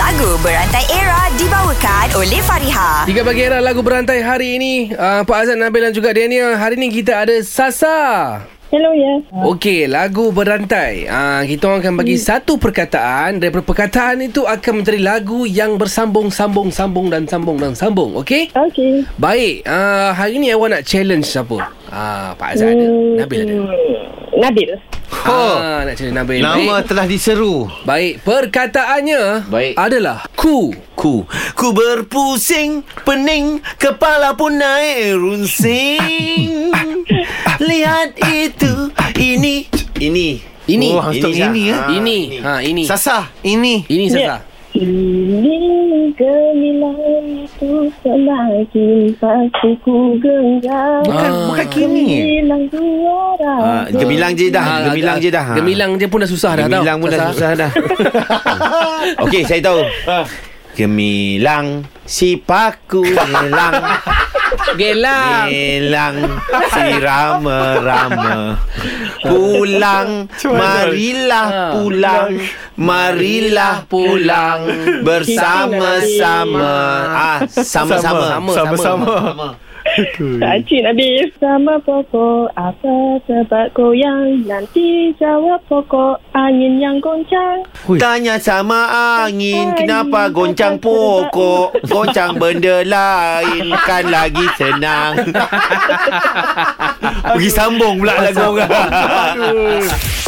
Lagu Berantai Era dibawakan oleh Fariha. Tiga pagi era lagu berantai hari ini uh, Pak Azan Nabil dan juga Daniel Hari ini kita ada Sasa Hello, ya. Okey, lagu berantai uh, Kita orang akan bagi satu perkataan Daripada perkataan itu akan menjadi lagu yang bersambung Sambung, sambung dan sambung dan sambung Okey? Okey. Baik, uh, hari ni awak nak challenge siapa? Uh, Pak Azan ada, Nabil ada Hmm, Nabil. oh. uh, Nak challenge Nabil Ha. Nama Baik, telah diseru baik. perkataannya Baik. adalah Ku Ku Ku berpusing Pening Kepala pun naik runsing Lihat itu Ini Ini Ini oh, Ini Ini, Ini, ini. Ha, ini. Sasa Ini Ini Sasa Ya. Ini gemilang itu semakin pasti ku genggam. Bukan- bukan kini. Gemilang suara. Ah, Gemilang je dah Ah, Gemilang agak- je dah Gemilang je pun dah susah dah tau. Gemilang pun dah susah dah Okey saya tahu Gemilang Si paku hilang Gelang. Hilang si rama-rama Pulang Marilah pulang Ah. Marilah pulang Bersama-sama Ah, Sama-sama Sama-sama. Tak cik Nabil. Sama pokok apa sebab goyang. Nanti jawab pokok angin yang goncang. Tanya sama angin Kenapa goncang pokok Goncang benda lain Kan lagi senang Pergi sambung pula lagu orang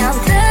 yang ter